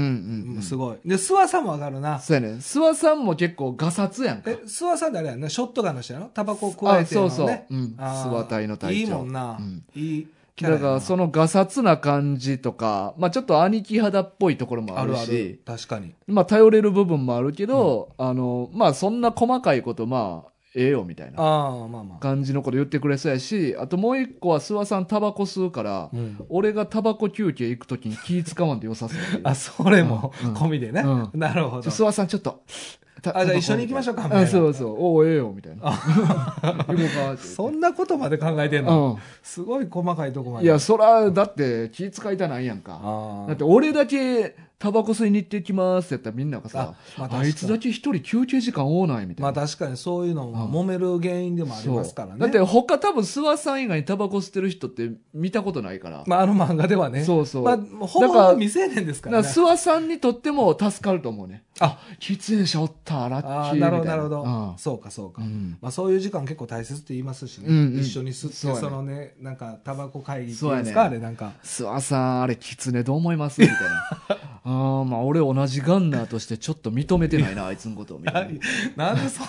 S2: うんんすごいで諏訪さんもわかるな
S1: そうやね。諏訪さんも結構ガサツやんか
S2: え。諏訪さんってあれやんなショットガンの人やろタバコを加えてるのね
S1: あそうそううん
S2: あ
S1: 諏
S2: ー
S1: 訪隊の隊長
S2: いいもんな、
S1: うん
S2: いいキャラ
S1: だ
S2: やな
S1: からそのガサツな感じとか、まあちょっと兄貴肌っぽいところもあ
S2: あ
S1: る
S2: る
S1: し、
S2: ある確かに
S1: まあ頼れる部分もあるけど、あの、まあそんな細かいこと、まあ、ええよみたいな
S2: ああまあまあ、
S1: 感じのこと言ってくれそうやし、あともう一個は諏訪さんタバコ吸うから、
S2: うん
S1: 俺がタバコ休憩行くときに気使わんでよさそうやけど。
S2: あそれも
S1: うん
S2: 込みでね、
S1: う
S2: なるほど
S1: 諏訪さんちょっと、た
S2: あじゃあ一緒に行きましょうかみたい
S1: あ
S2: な
S1: そうそう。おうええよ、みたいな。行 こうかって。
S2: そんなことまで考えてんの、
S1: う
S2: すごい細かいとこま
S1: ん。
S2: で。
S1: いや、そら、だって気使いたないやんか。
S2: あ
S1: だっ
S2: ー
S1: て俺だけタバコ吸いに行ってきますってやったらみんながさ、
S2: あまあ確
S1: あ
S2: かに
S1: いつだけ一人休憩時間多ないみたい
S2: ま
S1: な。
S2: あ確かにそういうのも揉める原因でもありますからね。
S1: そうだって他多分諏訪さん以外にタバコ吸ってる人って見たことないから。
S2: まああの漫画ではね。
S1: そうそう
S2: まあほ
S1: だ
S2: ぼほ
S1: から
S2: ぼ未成年です
S1: だか
S2: か
S1: ら
S2: らね。
S1: 諏訪さんにとっても助かると思うね。
S2: あ、
S1: 喫煙者おった、ラッ
S2: あ
S1: キーみ
S2: ー
S1: た
S2: ない
S1: な。
S2: るほど、なるほど。
S1: うん
S2: そうか、そうか。
S1: うん
S2: まあそういう時間結構大切って言いますしね。
S1: うんうん
S2: 一緒に吸って、
S1: そう
S2: そ,、
S1: やね
S2: のね、なんか、タバコ会議ってい
S1: そう
S2: うん
S1: や
S2: で
S1: ね
S2: すか、あれなんか。
S1: 諏訪さん、あれ、キツネどう思いますみたい な。ああ、まあ、俺同じガンナーとしてちょっと認めてないな、あいつのこと、みたいな。
S2: なんでそん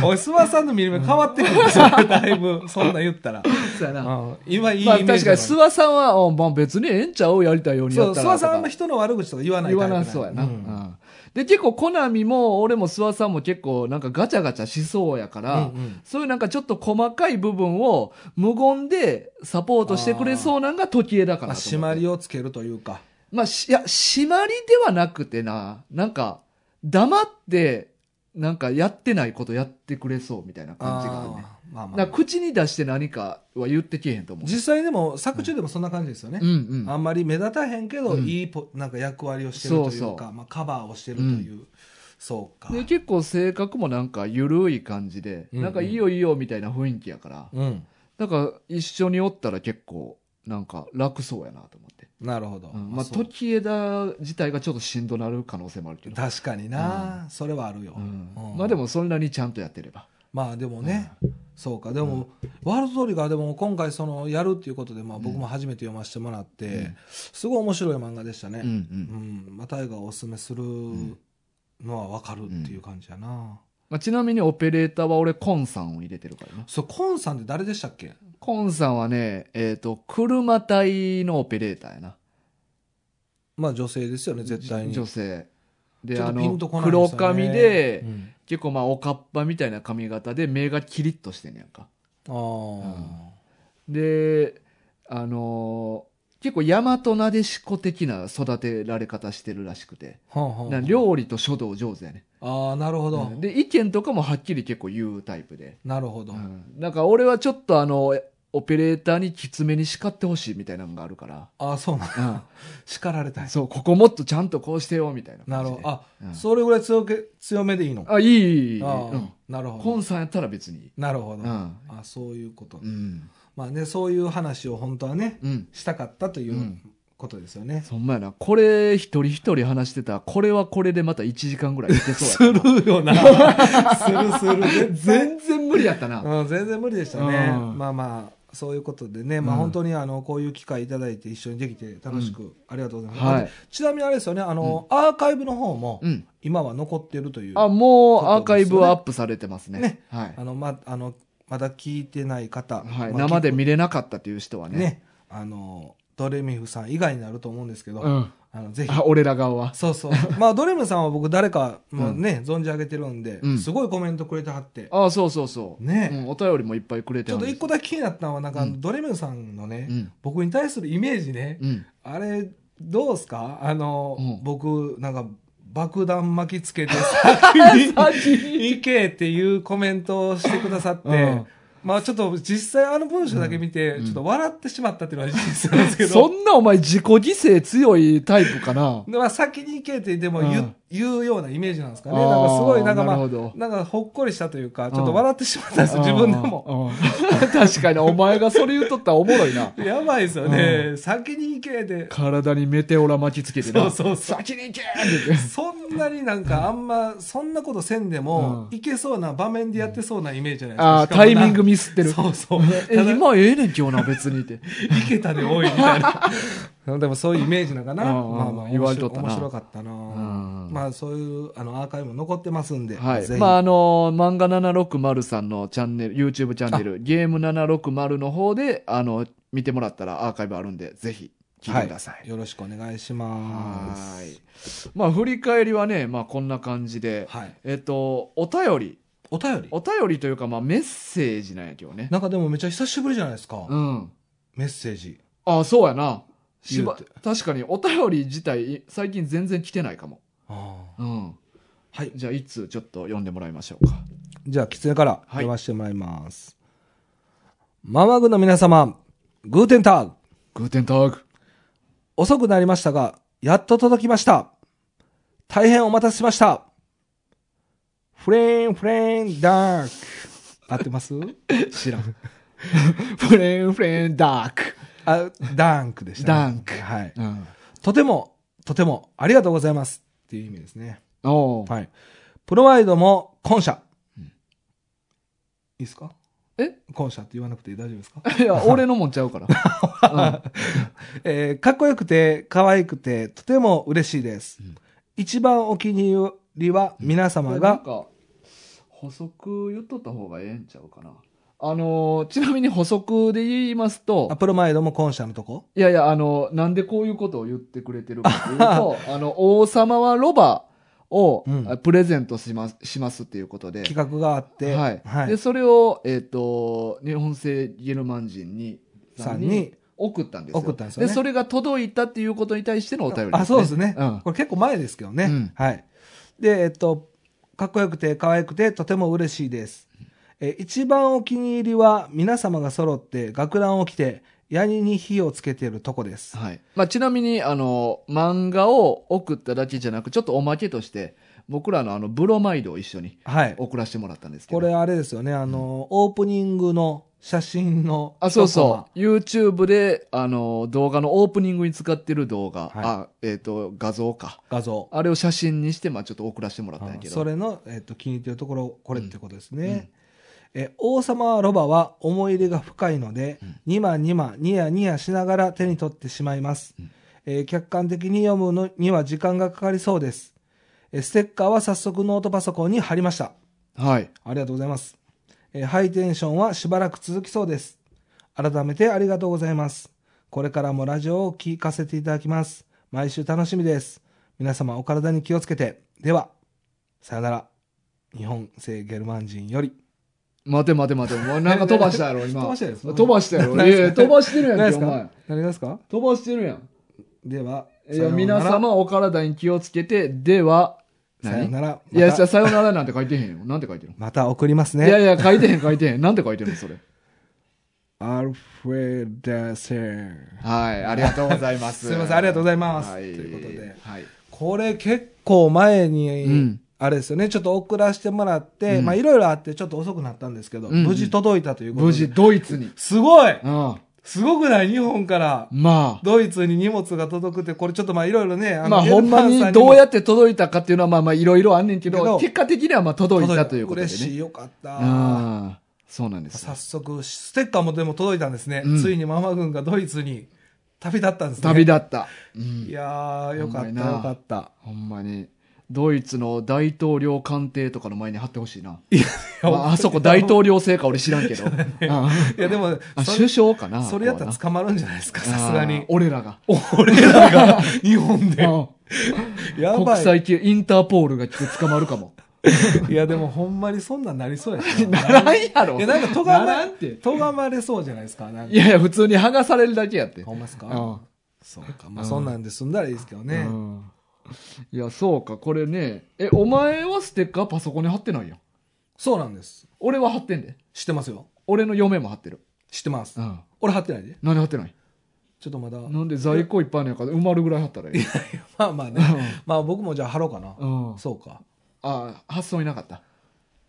S2: な、おい、諏訪さんの見る目変わってくるんですよ、だいぶ、そんな言ったら。
S1: そうやな。まあ、
S2: うん今いいイメー
S1: 確
S2: ジ
S1: かに
S2: だ
S1: 諏訪さんは、うんまあ、別にええんちゃうやりたいように
S2: そ
S1: や
S2: う、
S1: った
S2: 諏
S1: ら
S2: 訪
S1: とか。
S2: さんはあんま人の悪口とか言わない
S1: 言
S2: タイ
S1: わ
S2: プん
S1: な
S2: や
S1: そうやな。
S2: う
S1: うんんで、結構、コナミも、俺も諏訪さんも結構、なんかガチャガチャしそうやから、
S2: うんうん
S1: そういうなんかちょっと細かい部分を無言でサポートしてくれそうなんが時枝か
S2: ま
S1: な
S2: あ、
S1: と
S2: 締
S1: 思っ
S2: ま
S1: て。
S2: りをつけるというか。
S1: まあ、しいや、締まりではなくてな、なんか、黙って、なんかやってないことやってくれそうみたいな感じがあるね。
S2: あーまあま
S1: だ
S2: あ
S1: から口に出して何かは言ってけえへんと思う。
S2: 実際でも、作中でもそんな感じですよね
S1: うん。うん。
S2: あんまり目立たへんけど、
S1: うん
S2: いいポなんか役割をしてるというか
S1: そうそう
S2: まあ、カバーをしてるという、そうか、
S1: で結構性格もなんか緩い感じで、
S2: うんうん
S1: なんかいいよいいよみたいな雰囲気やから、
S2: うん、
S1: だから一緒におったら結構なんか楽そうやなと思って、
S2: なるほど、
S1: うんまあ
S2: そう
S1: 時枝自体がちょっとしんどなる可能性もあるけど、
S2: 確かにな、それはあるよ、
S1: うん
S2: うん
S1: まあでもそんなにちゃんとやってれば
S2: まあでもね、そうかでも、ワールドトリガーでも今回そのやるっていうことで、まあ、僕も初めて読ませてもらって、
S1: うん
S2: すごい面白い漫画でした
S1: うんう
S2: ね、うん
S1: ん
S2: まあ、タイガーをおすすめするのは分かるっていう感じやな、
S1: まあ、ちなみにオペレーターは俺コンさんを入れてるからな
S2: そうコーンさんって誰でしたっけ
S1: コンさんはねえっ、と車体のオペレーターやな
S2: まあ女性ですよね絶対に
S1: 女性で
S2: ちょっ
S1: あ
S2: とピン
S1: の
S2: とこないですよ
S1: 黒
S2: ね
S1: 髪で、
S2: うん
S1: 結構まあおかっぱみたいな髪型で目がキリッとしてんねやんか
S2: ああ、
S1: であのー結構大和なでしこ的な育てられ方してるらしくて、
S2: はんはん
S1: な料理と書道上手やね、
S2: ああなるほど、
S1: うんで意見とかもはっきり結構言うタイプで、
S2: なるほど、
S1: うんなんか俺はちょっとあのオペレーターにきつめに叱ってほしいみたいなのがあるから、
S2: ああそうなん
S1: うん
S2: 叱られたい
S1: そうここもっとちゃんとこうしてよみたいな
S2: な
S1: 感
S2: る
S1: じで
S2: ほどあ、
S1: うん
S2: それぐらい強け強めでいいの
S1: あいいいいいい、う
S2: あー
S1: ん、
S2: なるほ
S1: コ
S2: ど
S1: ンさんやったら別にいい
S2: なるほど、
S1: うん
S2: あそういうこと、
S1: うん
S2: まあねそういう話を本当はね
S1: うん
S2: したかったという、
S1: うん
S2: ことですよね
S1: そんまやなこれ一人一人話してたらこれはこれでまた1時間ぐらいいけそうやった
S2: す
S1: な
S2: るよなするする
S1: 全
S2: 全
S1: 然無理やったな。
S2: うん、全然無理でしたね、
S1: うん
S2: まあまあそういうことでね、まあ、
S1: うん
S2: 本当にあのこういう機会いただいて一緒にできて楽しくありがとうございます、
S1: はい
S2: あとちなみにあれですよねあの、アーカイブの方も
S1: うん。
S2: 今は残ってるという
S1: あ、もう
S2: ことですよね
S1: アーカイブはアップされてますね。
S2: ね
S1: はい
S2: あ。のまあのまだ聞いてない方、
S1: はい。
S2: まあ
S1: 生で見
S2: き
S1: れなかったという人は
S2: っと
S1: ね。
S2: ねあのドレミフさん以外になると思うんですけど、
S1: うん。
S2: あのぜひ
S1: あ、俺ら側は。
S2: そうそうまあドレミフさんは僕誰かもね、存じ上げてるんで、
S1: うん
S2: すごいコメントくれてはって、
S1: あ、そうそうそう。
S2: ね、
S1: うん、お便りもいっぱいくれて
S2: ちょ
S1: は
S2: っ
S1: る
S2: と一個だけ気になったのはなんか、ドレミフさんのね、
S1: うん
S2: 僕に対するイメージね、
S1: うん。
S2: あれどうすかあの、
S1: うん
S2: 僕なんか爆弾巻き つけて先に 行けっていうコメントをしてくださって、
S1: うん
S2: まあちょっと実際あの文章だけ見て、
S1: うん
S2: ちょっと笑ってしまったっていうのは事実なんですけ
S1: そ
S2: ど、
S1: んなお前自己犠牲強いタイプかな
S2: でまあ先に行けってでも言,、う
S1: うん
S2: 言うようなイメージなんですかね。
S1: あー
S2: なんかすごいなんかま
S1: なるほど、
S2: あなんかほっこりしたというか、ちょっ
S1: うん
S2: と笑ってしまったんです よ、自分でも。
S1: も。うん 確かにお前がそれ言うとったらおもろい な。
S2: やばいですよね。先に行けで、
S1: 体にメテオラ巻きつけて
S2: そ
S1: な。
S2: うそうそう。
S1: 先に行けって言って。
S2: そんなになんかあんま、そんなことせんでも、
S1: うん
S2: いけそうな場面でやってそうなイメージじゃないですか。
S1: あー
S2: しかも
S1: タイ
S2: な
S1: ミングミスってる。
S2: そうそう。
S1: え、
S2: ただ
S1: 今ええねん今日な、別にって。
S2: いけたで多いみたいな。 でもそういうイメージなんかな。
S1: うんうんうん
S2: まあまあ、
S1: 言われとったな
S2: 面白かったな。
S1: ん
S2: まあそういう、あの、アーカイブも残ってますんで、
S1: はい。
S2: ぜひ。
S1: まあ、あの、漫画760さんのチャンネル、YouTube チャンネル、ゲーム760の方で、あの、見てもらったらアーカイブあるんで、ぜひ、聞いてくださ。
S2: はいよろしくお願いします。
S1: はい。まあ、振り返りはね、まあ、こんな感じで、
S2: はい。
S1: えっと、お便り、
S2: お便り
S1: お便りというか、まあ、メッセージなんやけどね。
S2: なんかでもめっちゃ久しぶりじゃないですか。
S1: うん。
S2: メッセージ。
S1: ああ、そうやな。
S2: 言
S1: し
S2: う
S1: ば
S2: て
S1: 確かに、お便り自体、最近全然来てないかも。
S2: ああ
S1: うん。
S2: はい。
S1: じゃあ、いつちょっと読んでもらいましょうか。
S2: じゃあ、狐から読ませてもらいます。ママグの皆様、グーテンターグ
S1: グーテンターグ。
S2: 遅くなりましたが、やっと届きました。大変お待たせしました。フレーン、フレーン、ダーク。合ってます
S1: 知らん。 フレンフレンダーク。
S2: あ、ダンクでした、ね。
S1: ダンク
S2: はい。
S1: うん。
S2: とても、とても、ありがとうございます。っていう意味ですね。
S1: おー
S2: はい。プロワイドも、今社。いいですか
S1: え
S2: 今社って言わなくて大丈夫ですか
S1: いや、俺のもんちゃう から。
S2: えーかっこよくて、可愛くて、とても嬉しいです。
S1: うん
S2: 一番お気に入りは、皆様
S1: なん
S2: が、
S1: か、補足言っとった方がええんちゃうかな。あのーちなみに補足で言います
S2: あ
S1: と、
S2: プロマイドも今社のとこ
S1: いやいや、あの、なんでこういうことを言ってくれてるか というと、あの、王様はロバを、
S2: うん
S1: あプレゼントします、しますっていうことで、
S2: 企画があって、
S1: はい。
S2: はい
S1: で、それを、えっ、と、日本製ゲルマン人に、
S2: さんに、
S1: 送ったんですよ。
S2: 送ったんですよね
S1: それが届いたっていうことに対してのお便りです、ね。
S2: あ、そうですね、
S1: うん。
S2: これ結構前ですけどね、
S1: うん
S2: はい。で、えっと、かっこよくて可愛くてとても嬉しいです。え、一番お気に入りは皆様が揃って学ランを着て、ヤニに火をつけてるとこです。
S1: はい。まあ、ちなみに、あの、漫画を送っただけじゃなく、ちょっとおまけとして、僕らのあの、ブロマイドを一緒に
S2: はい。
S1: 送らせてもらったんですけど。
S2: これあれですよね、あの、オープニングの写真の。
S1: あ、そうそう。YouTube で、あの、動画のオープニングに使ってる動画、
S2: はい
S1: あ、えっ、と、画像か。
S2: 画像。
S1: あれを写真にして、まあ、ちょっと送らせてもらったんやけど。
S2: それの、えっと、気に入ってるところ、これってことですね。
S1: うんうん
S2: え王様ロバは思い入れが深いので、ニマニマニヤニヤしながら手に取ってしまいます、
S1: うん
S2: えー客観的に読むのには時間がかかりそうです、えーステッカーは早速ノートパソコンに貼りました
S1: はい。
S2: ありがとうございます、えーハイテンションはしばらく続きそうです改めてありがとうございますこれからもラジオを聞かせていただきます毎週楽しみです皆様お体に気をつけてではさよなら日本製ゲルマン人より
S1: 待て待て待て。お前なんか飛ばしたやろ、今。
S2: 飛ばしたやつ
S1: 飛ばしたやろ。
S2: ないいっ
S1: や
S2: す
S1: い
S2: か
S1: や飛ばしてるやん
S2: 何
S1: け、
S2: です
S1: お前
S2: か。何ですか
S1: 飛ばしてるやん。
S2: では、
S1: い
S2: さ
S1: や、
S2: ようなら
S1: 皆。様お体に気をつけて、では、
S2: さようなら。
S1: いや、
S2: ま
S1: じゃ
S2: た
S1: あさよならなんて書いてへんよ。なんて書いてるの、
S2: また送ります
S1: いや
S2: ね。
S1: いや、書いてへん書いてへん。なんて書いてるのそれ。
S2: アルフェデセン。
S1: はい、ありがとうございます。
S2: すいませんありがとうございます
S1: はい、
S2: ということで
S1: はい。
S2: これ結構前
S1: う
S2: に
S1: ん、
S2: あれですよね、ちょっと送らせてもらって、
S1: うん
S2: まあいろいろあってちょっと遅くなったんですけど、
S1: うんうん
S2: 無事届いたということで。
S1: 無事、。ドイツに。
S2: すごい
S1: うん。
S2: すごくない日本から。
S1: ま
S2: ドイツに荷物が届くって、これちょっとまあいろいろね、
S1: あ、
S2: あの
S1: まあ、
S2: ゲル
S1: ほんま
S2: マン
S1: に
S2: さ
S1: どうや
S2: っ
S1: って届いたかっていうのは、まあまあ、いろいろあんねんけ
S2: け
S1: ど、
S2: ど
S1: 結果的には、まあ、届いたということで
S2: 嬉しい、
S1: ね。
S2: よかった。
S1: ああ、そうなんです
S2: 早。速、ステッカーもでも届いたんですね。
S1: うん
S2: ついにママ軍がドイツに旅立ったんですね。
S1: 旅立った。うん
S2: いやー、よか
S1: ほ
S2: っ
S1: ん
S2: た、
S1: まにな
S2: よかった。
S1: ほんまに。ドイツの大統領官邸とかの前に貼ってほしいな。
S2: いや、
S1: まあ、あそこ大統領制か俺知らんけど。うん
S2: いやでも、
S1: あ
S2: それ
S1: 首相かな
S2: それやったら捕まるんじゃないですか、
S1: ここは
S2: さ
S1: な
S2: すがに
S1: あー。俺らが。
S2: 俺らが日 本で。や
S1: 国
S2: ばい。
S1: 際級、インターポールが来て捕まるかも。
S2: いやでもほんまにそんなんなりそうやし
S1: ならんや ろ。
S2: いや なんかとが
S1: なら
S2: ま
S1: んって、
S2: とがまれそうじゃないですか。なんか
S1: いやいや、普通に剥がされるだけやって。
S2: ほんまですか、
S1: うん
S2: そうか。まあそんなんで済んだらいいですけどね。
S1: うんいや、そうか、これね。え、お前はステッカーパソコンに貼ってないやん。
S2: そうなんです。
S1: 俺は貼ってんで。
S2: 知ってますよ。
S1: 俺の嫁も貼ってる。
S2: 知ってます。
S1: ん。
S2: 俺貼ってないで。
S1: 何貼ってない
S2: ちょっと まだ。
S1: なんで在庫いっぱいあるんやから埋まるぐらい貼ったらいい。
S2: まあまあね。まあ僕もじゃあ貼ろうかな。
S1: うん。
S2: そうか。
S1: あー、発想いなかった。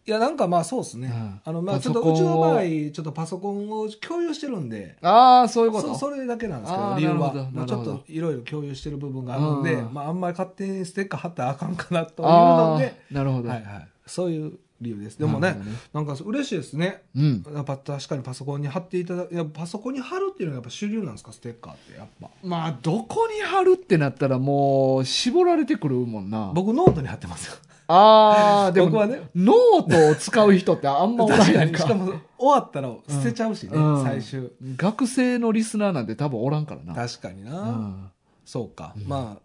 S2: いやなんかまあそうですね。
S1: うん
S2: あのまあちょっと
S1: パソコンを
S2: うちの場合、ちょっとパソコンを共有してるんで。
S1: ああ、そういうこ
S2: そ
S1: と
S2: うそれだけなんですけ
S1: あ
S2: ど
S1: ー
S2: 理由
S1: なるほど
S2: は、ま
S1: な
S2: あ、ち
S1: る
S2: ょ
S1: ほ
S2: っ
S1: ど
S2: といろいろ共有してる部分があるので、
S1: うん
S2: まあ、あんまり勝手にステッカー貼ったらあかんかなという
S1: あ
S2: の
S1: あ
S2: で、
S1: なるほど。
S2: はいはい、そういう理由ですでも
S1: な
S2: ね
S1: るほどね
S2: なんか嬉しいですね
S1: うん。
S2: やっぱ確かにパソコンに貼っていただいやパソコンに貼るっていうのがやっぱ主流なんですかステッカーってやっぱ
S1: まあ、どこに貼るってなったらもう、絞られてくるもんな。
S2: 僕ノートに貼っ てますよ
S1: ああ、でも、
S2: 僕はね
S1: ノートを使う人ってあんまおらん
S2: 確
S1: や
S2: か
S1: ん
S2: に
S1: か
S2: しかも終わったら捨てちゃうしね、
S1: うん
S2: 最終
S1: 学生のリスナーなんて多分おらんからな。
S2: 確かにな、
S1: うん
S2: そうか、まあ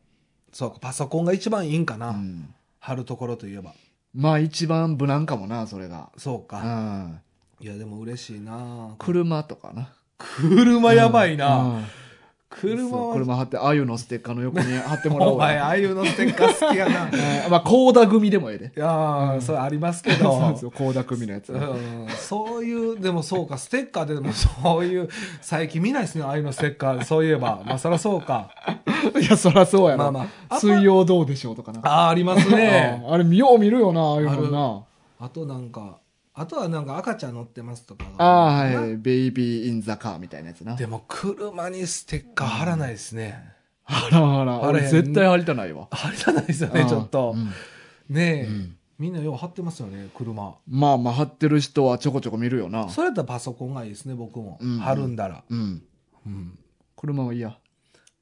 S2: そうかパソコンが一番いいんかな、
S1: うん
S2: 貼るところといえば
S1: まあ一番無難かもな、それが。
S2: そう
S1: う
S2: か、
S1: ん
S2: いやでも嬉しいな
S1: 車とかな。
S2: 車やばいな、
S1: うん
S2: 車
S1: そう
S2: は、
S1: 車貼って、あゆのステッカーの横に貼ってもらお
S2: お
S1: うよ。
S2: 前、ああいうのステッカー好き やな。い
S1: えー まあ、コーダ組でもええで。
S2: やー、それありますけ
S1: そうなん
S2: ど
S1: です。よ、コーダ組のやつ。
S2: うんそういう、でもそうか、ステッカーででもそういう、最近見ないですね、ああいうのステッカー、そういえば。まあ、そらそうか。
S1: いや、そらそうやろ。
S2: まあまあ
S1: 水曜どうでしょうとかな。
S2: ああ、ありますね。
S1: うんあれ、見よう見るよな、ああいうのな。
S2: あとなんか、あとはなんか赤ちゃん乗ってますとか。
S1: ああー、はい。ベイビー・イン・ザ・カーみたいなやつな。
S2: でも車にステッカー貼らないですね。
S1: あらあら、
S2: あれ
S1: 俺絶対貼りたないわ。
S2: 貼らないですよね、
S1: うん
S2: ちょっと。
S1: うん
S2: ねえ、
S1: うん
S2: みんなよう貼ってますよね、車。
S1: まあまあ、貼ってる人はちょこちょこ見るよな。
S2: それやったらパソコンがいいですね、僕も。
S1: うん
S2: 貼るんだら。
S1: うん。
S2: うん
S1: 車は嫌。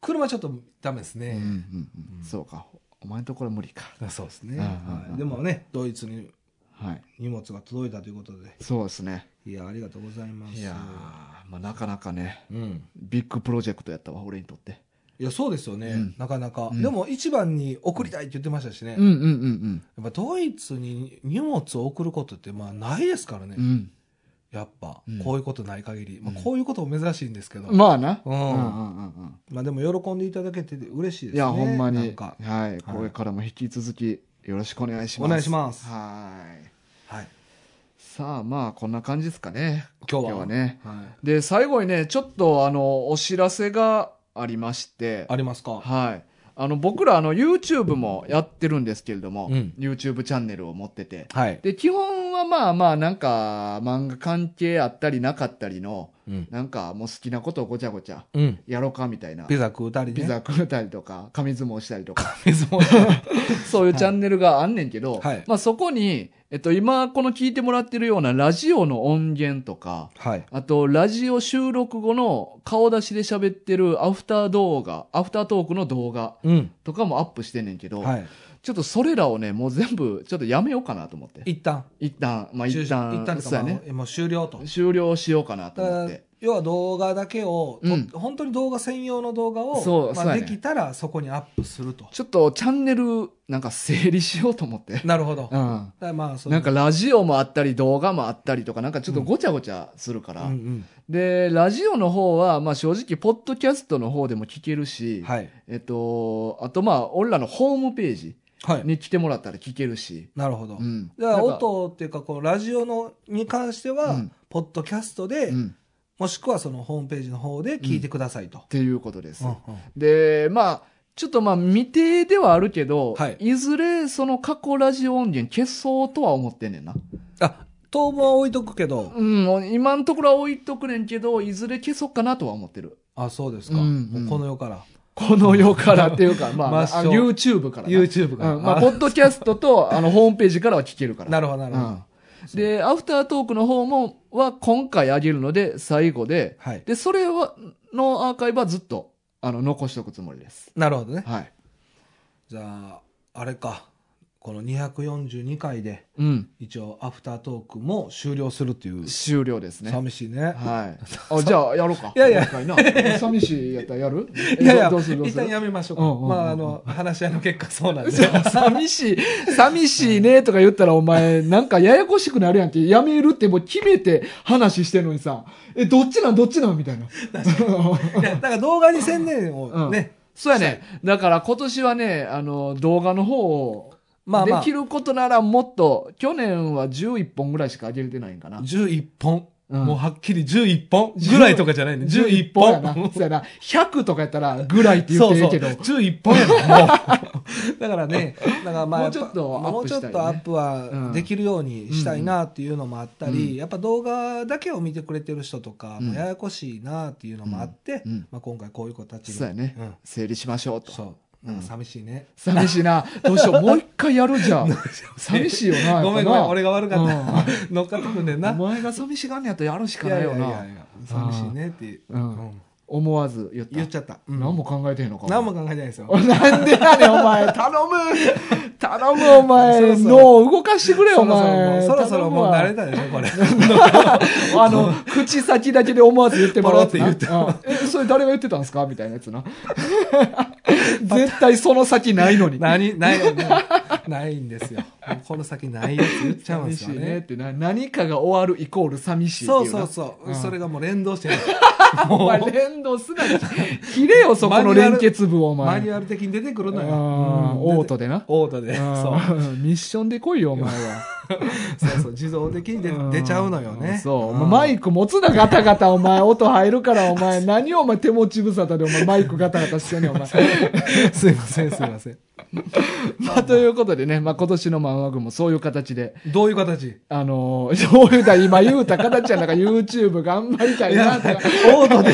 S2: 車ちょっとダメです
S1: うんう
S2: ね。
S1: んうんそうか。お前のところは無理か。
S2: そうですね、
S1: うんうんうん
S2: はいでもね、ドイツに
S1: はい。
S2: 荷物が届いたということで。
S1: そうですね。
S2: いや、ありがとうございます。
S1: いやーまあなかなかね、
S2: うん、
S1: ビッグプロジェクトやったわ、俺にとって。
S2: いやそうですよね、
S1: うん
S2: なかなか、
S1: うん
S2: でも一番に送りたいって言ってましたしね、
S1: うんうんうん
S2: やっぱドイツに荷物を送ることってまあないですからね、
S1: うん。うん。
S2: やっぱ
S1: うん
S2: こういうことない限り、ま
S1: う
S2: あ、
S1: ん
S2: こういうことも珍しいんですけど、
S1: まあな。
S2: うん
S1: うんうんうん
S2: まあ、でも喜んでいただけてて嬉しいです
S1: い
S2: ね
S1: や、ほんま
S2: なん
S1: に、
S2: か、
S1: はい。これからも引き続きよろしくお願いします。
S2: お願いします
S1: はい。
S2: はい、
S1: さあ、まあ、こんな感じですかね。
S2: 今日は
S1: ね。
S2: はい、
S1: で、最後にね、ちょっと、あの、お知らせがありまして、
S2: ありますか
S1: はい。あの、僕ら、あの、YouTube もやってるんですけれども、
S2: うん
S1: YouTube チャンネルを持ってて、
S2: はい、
S1: で、基本はまあまあ、なんか、漫画関係あったりなかったりの、
S2: うん
S1: なんか、もう好きなことをごちゃごちゃ
S2: うん、
S1: やろうかみたいな。
S2: ピザ食うたりね
S1: ピザ食うたりとか、紙相撲したりとか、
S2: 水も
S1: そういうチャンネルがあんねんけど、
S2: はい
S1: まあそこに、えっと、今、この聞いてもらってるようなラジオの音源とか、
S2: はい
S1: あと、ラジオ収録後の顔出しで喋ってるアフター動画、アフタートークの動画
S2: うん
S1: とかもアップしてんねんけど、
S2: はい
S1: ちょっとそれらをね、もう全部ちょっとやめようかなと思って。
S2: 一旦
S1: 一旦、まあ
S2: 中
S1: 一旦、
S2: 一旦と
S1: そう
S2: か
S1: やね。
S2: もうもう終了と
S1: 終了しようかなと思
S2: だ
S1: っ
S2: から
S1: て。
S2: 要は動画だけを、と
S1: うん
S2: 本当に動画専用の動画を
S1: そう
S2: ま
S1: そう
S2: あ、
S1: や
S2: で
S1: ね
S2: きたらそこにアップすると
S1: ちょっとチャンネルなんか整理しようと思って。
S2: なるほど、
S1: う
S2: だか
S1: ん。
S2: らまあそういう
S1: なんかラジオもあったり動画もあったりとかなんかちょっとごちゃごちゃするか
S2: う
S1: ら、
S2: ん
S1: でラジオの方はまあ正直ポッドキャストの方でも聞ける
S2: う
S1: し、
S2: んはい
S1: えっとあとまあ俺らのホームページ
S2: はい
S1: に来てもらったら聞けるし、
S2: なるほど、
S1: うん、
S2: だから
S1: なんか
S2: 音っていうかこのラジオのに関しては、
S1: うん
S2: ポッドキャストで、
S1: うん、
S2: もしくはそのホームページの方で聞いてくださいと
S1: っ、ていうことです、
S2: うん
S1: でまあちょっとまあ未定ではあるけど、
S2: はい
S1: いずれその過去ラジオ音源消そうとは思ってんねんな。
S2: あ当分は置いとくけど、
S1: うん、今のところは置いとくねんけど、いずれ消そうかなとは思ってる。
S2: あそうですか、
S1: うんうん
S2: もうこの世から
S1: この世からっていうか、まあ、
S2: まあ
S1: あ
S2: そう
S1: YouTube からな。
S2: YouTube から、
S1: うん、まあ、
S2: あ
S1: ポッドキャストと、あの、ホームページからは聞けるから。
S2: なるほどなるほど、
S1: うんで、アフタートークの方も、は今回あげるので、最後で、
S2: はい
S1: で、それは、のアーカイブはずっと、あの、残しておくつもりです。
S2: なるほどね
S1: はい。
S2: じゃああれかこの242回で
S1: うん。
S2: 一応アフタートークも終了するっていう、
S1: 終了ですね。
S2: 寂しいね
S1: はい。あ、じゃあ、やろうか。
S2: いやいや
S1: もう一回 な。寂しいやったらやるえ
S2: いやいや
S1: どうするどう
S2: 一
S1: する
S2: 旦やめましょうか、
S1: うんうんうん
S2: まああの話し合いの結果そうなんで
S1: そう寂しい、寂しいねとか言ったらお前、なんかややこしくなるやんけ。やめるってもう決めて話してんのにさ、え、どっちなんどっちなんみたいな。
S2: いやだから動画に専念をね、
S1: そうやね。だから今年はね、あの、動画の方を、
S2: まあまあ
S1: できることならもっと、去年は11本ぐらいしか上げれてないんかな。
S2: 11本、
S1: うん
S2: もうはっきり11本ぐらいとかじゃないね11
S1: や
S2: 本
S1: な。そうやな。100とかやったらぐらいって言ってるけど。
S2: そうそう11本やなも うだからねだからまあ
S1: もうちょっと
S2: やぱ
S1: アップしたいね
S2: もうちょっとアップはできるようにしたいなっていうのもあったり、
S1: うんうん
S2: やっぱ動画だけを見てくれてる人とか、
S1: うん
S2: もうややこしいなっていうのもあって、
S1: うんうん
S2: まあ、今回こういう子たちに
S1: そうやね。
S2: うん
S1: 整理しましょうと。
S2: そうなんか寂しいね、
S1: 寂しいな。どうしよう。もう一回やるじゃ ん。寂しいよな。
S2: ごめん
S1: やっ
S2: ごめん
S1: ぱな
S2: 俺が悪 かった、乗っかってくんねんな
S1: お前が寂しがんねやったらやるしかないよな。
S2: いやいやいや寂しいねっていう、
S1: う
S2: うん
S1: ん。思わず言った。
S2: 言っちゃった、うん
S1: 何も考えてへんのか。
S2: 何も考えてないですよ
S1: お前なんでやねん、お 前。頼む。頼む、お
S2: そ
S1: 前。
S2: ろそろ
S1: 脳を動かしてくれ、お前。
S2: そろそろもうそろそろもう慣れ
S1: た。
S2: たでしょこれ
S1: あの、口先だけで思わず言ってもらう
S2: ポロって
S1: なうんえ、それ誰が言ってたんですか みたいなやつな。絶対その先ないのに。
S2: 何ないよねないんですよ。もうこの先ないやつ言っちゃうんで
S1: 寂
S2: すよ
S1: しいねっ
S2: ね。
S1: てな何かが終わるイコール寂しいってい
S2: そううそう
S1: う
S2: そう、
S1: ん
S2: それがもう連動してる。
S1: なお
S2: も
S1: 前
S2: う
S1: 連動すな切れよそこの連結部をお
S2: マ
S1: 前
S2: ニュアル的に出てくるのよ。
S1: あーオート
S2: で。
S1: でな
S2: オートで。そう。
S1: あーミッションで来いよお前は
S2: そうそう、自動的に出
S1: ん
S2: 出ちゃうのよね。
S1: そうお
S2: ん
S1: 前マイク持つなガタガタお前音入るからお前何をお前手持ち無沙汰でお前マイクガタガタしてんねんお前
S2: すいません、すいません。
S1: まあということでねまあ今年のマンワグもそういう形で
S2: どういう形
S1: あのー、そういうだ、今言うた形やなんか YouTube 頑張りたいなとか、
S2: オートで。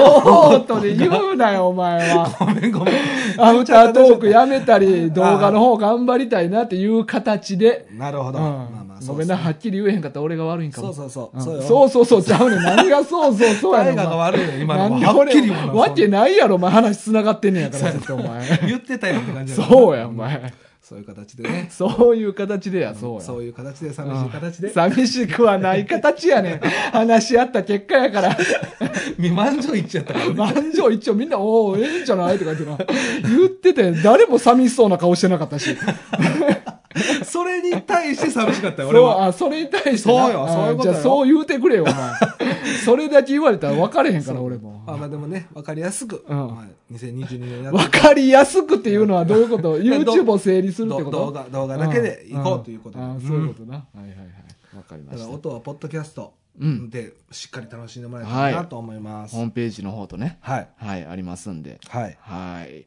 S1: オートで言うなよ、お前は。
S2: ごめん、ごめん。
S1: アフタートークやめたり、動画の方頑張りたいなっていう形で、
S2: なるほ
S1: うん
S2: ど。まあまあ、そ
S1: ご
S2: う
S1: めんな、はっきり言えへんかったら俺が悪いんか
S2: そ
S1: も。
S2: うそうそう。
S1: うん
S2: そうよ。
S1: そうそうそう、ちゃうねん。何がそうそうそうやね
S2: 大
S1: ん。
S2: 河が
S1: お
S2: 悪いよ、今
S1: 前
S2: の
S1: なんで
S2: は。はっきり
S1: 俺、
S2: 言うもんな
S1: わけないやろ、お前話繋がってんねんやから、ずっとお前。
S2: 言ってたよって感じだ
S1: そうや、お前。
S2: そういう形でね。
S1: そういう形でや、そうや。
S2: そういう形で、寂しい形で。
S1: 寂しくはない形や ねん。話し合った結果やから。
S2: 未満足いっちゃったからね。
S1: 満場一応みんな、おお、ええんじゃないとか言ってな。言ってて、誰も寂しそうな顔してなかったし。
S2: それに対して寂しかったよ、
S1: そ
S2: 俺
S1: う、
S2: は。
S1: あ、それに対してな。
S2: そうよそういうことよ
S1: あじゃあそう言うてくれよ、お 前。それだけ言われたら分かれへんから、俺も。
S2: あまあでもね、わかりやすく、
S1: うん
S2: まあ、2022年やって
S1: 分かりやすくっていうのはどういうこと ?YouTube を整理するって
S2: ど
S1: こと
S2: 動画、動画だけでいこうということで。
S1: ああそういうことな。はいはいはい。分かりま
S2: だから
S1: した。
S2: 音はポッドキャスト
S1: うん
S2: でしっかり楽しんでもらえたらなと思います。
S1: ホームページの方とね。
S2: はい。
S1: はい、ありますんで。
S2: はい。
S1: はい。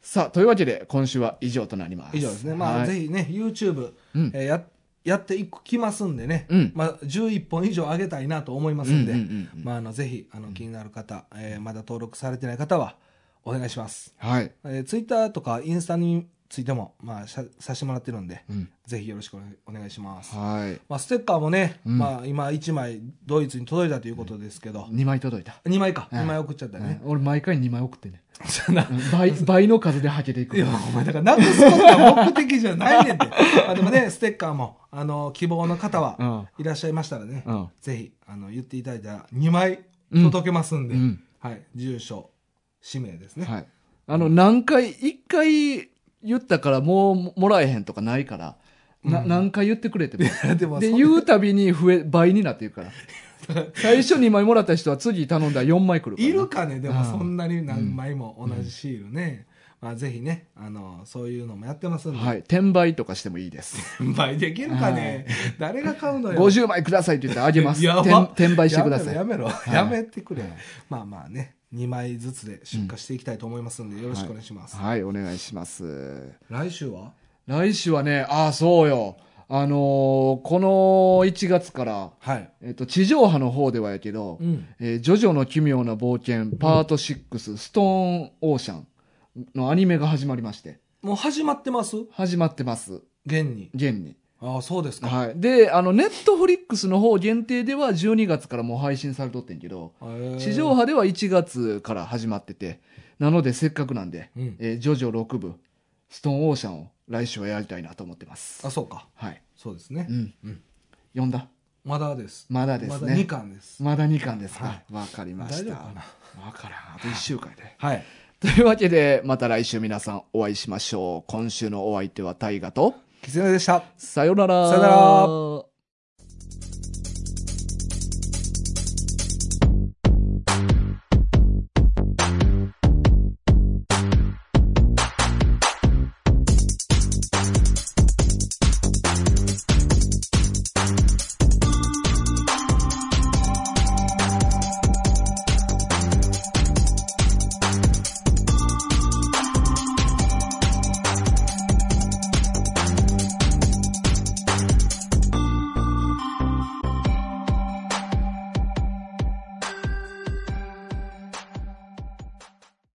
S1: さあ、というわけで、今週は以上となります。
S2: 以上ですね。ま
S1: は
S2: あ、
S1: い
S2: ぜひね、YouTube
S1: うん
S2: えーややっていきますんでね
S1: うん、
S2: まあ11本以上上げたいなと思いますんで
S1: うんうんうんうん、
S2: まああのぜひあの気になる方、えーまだ登録されてない方はお願いします。
S1: はい。
S2: えー、ツイッターとかインスタについても、まあ、しゃさせてもらってるんで、
S1: うん
S2: ぜひよろしくお願いお願いします。
S1: はい。
S2: まあ、ステッカーもね、
S1: うん
S2: まあ、今1枚ドイツに届いたということですけど、
S1: 2枚届いた。
S2: 2枚か、
S1: うん
S2: 2枚送っちゃったね。
S1: 俺毎回2枚送ってね
S2: じゃあな
S1: 倍 倍の数ではけていく
S2: いや、お前、だから、なくすことが目的じゃな いねんて。まあ、でもね、ステッカーも、あの、希望の方は、
S1: うん
S2: いらっしゃいましたらね、
S1: うん
S2: ぜひ、あの、言っていただいたら2枚届けますんで、
S1: うん
S2: はい、住所、氏名ですね。
S1: はい、あの何回1回言ったからもうももらえへんとかないから、な
S2: うん
S1: 何回言ってくれても
S2: でも
S1: で
S2: そん
S1: 言うたびに増え倍になってい くから最初2枚もらった人は次頼んだら4枚来るから
S2: い
S1: ね、
S2: るかねでも
S1: うん
S2: そんなに何枚も同じシールね、まあ、ぜひねあのそういうのもやってますんで、
S1: はい転売とかしてもいいです
S2: 転売できるかね、誰が買うのよ
S1: 50枚くださいって言ったらあげます
S2: やば
S1: 転転売してください
S2: やめろやめろ、
S1: い
S2: やめてくれまあまあね2枚ずつで出荷していきたいと思いますんで、よろしくお願いします、
S1: はいお願いします
S2: 来週は
S1: 来週はねああそうよあのーこの1月から
S2: はい、
S1: えっと、地上波の方ではやけど、
S2: うん
S1: えージョジョの奇妙な冒険、パート6、ストーンオーシャンのアニメが始まりまして、
S2: もう始まってます
S1: 始まってます、
S2: 現に
S1: 現に。
S2: ああそうですか、
S1: はい。で、あの、ネットフリックスの方限定では12月からもう配信されとってんけど、
S2: へー
S1: 地上波では1月から始まってて、なのでせっかくなんで、
S2: うん
S1: えージョジョ6部、ストーンオーシャンを来週はやりたいなと思ってます
S2: あ。そうか
S1: はい。
S2: そうですね、
S1: うん。
S2: うん
S1: 読んだ
S2: まだです
S1: まだです
S2: まだ2
S1: ね。
S2: 巻です
S1: まだ2巻です
S2: は
S1: か。わ、かりました。
S2: 大丈夫かな
S1: わからん。あと1週間や で。
S2: はい
S1: というわけで、また来週皆さんお会いしましょう。今週のお相手は大ガと、
S2: キツネでした
S1: さよなら。
S2: さよなら。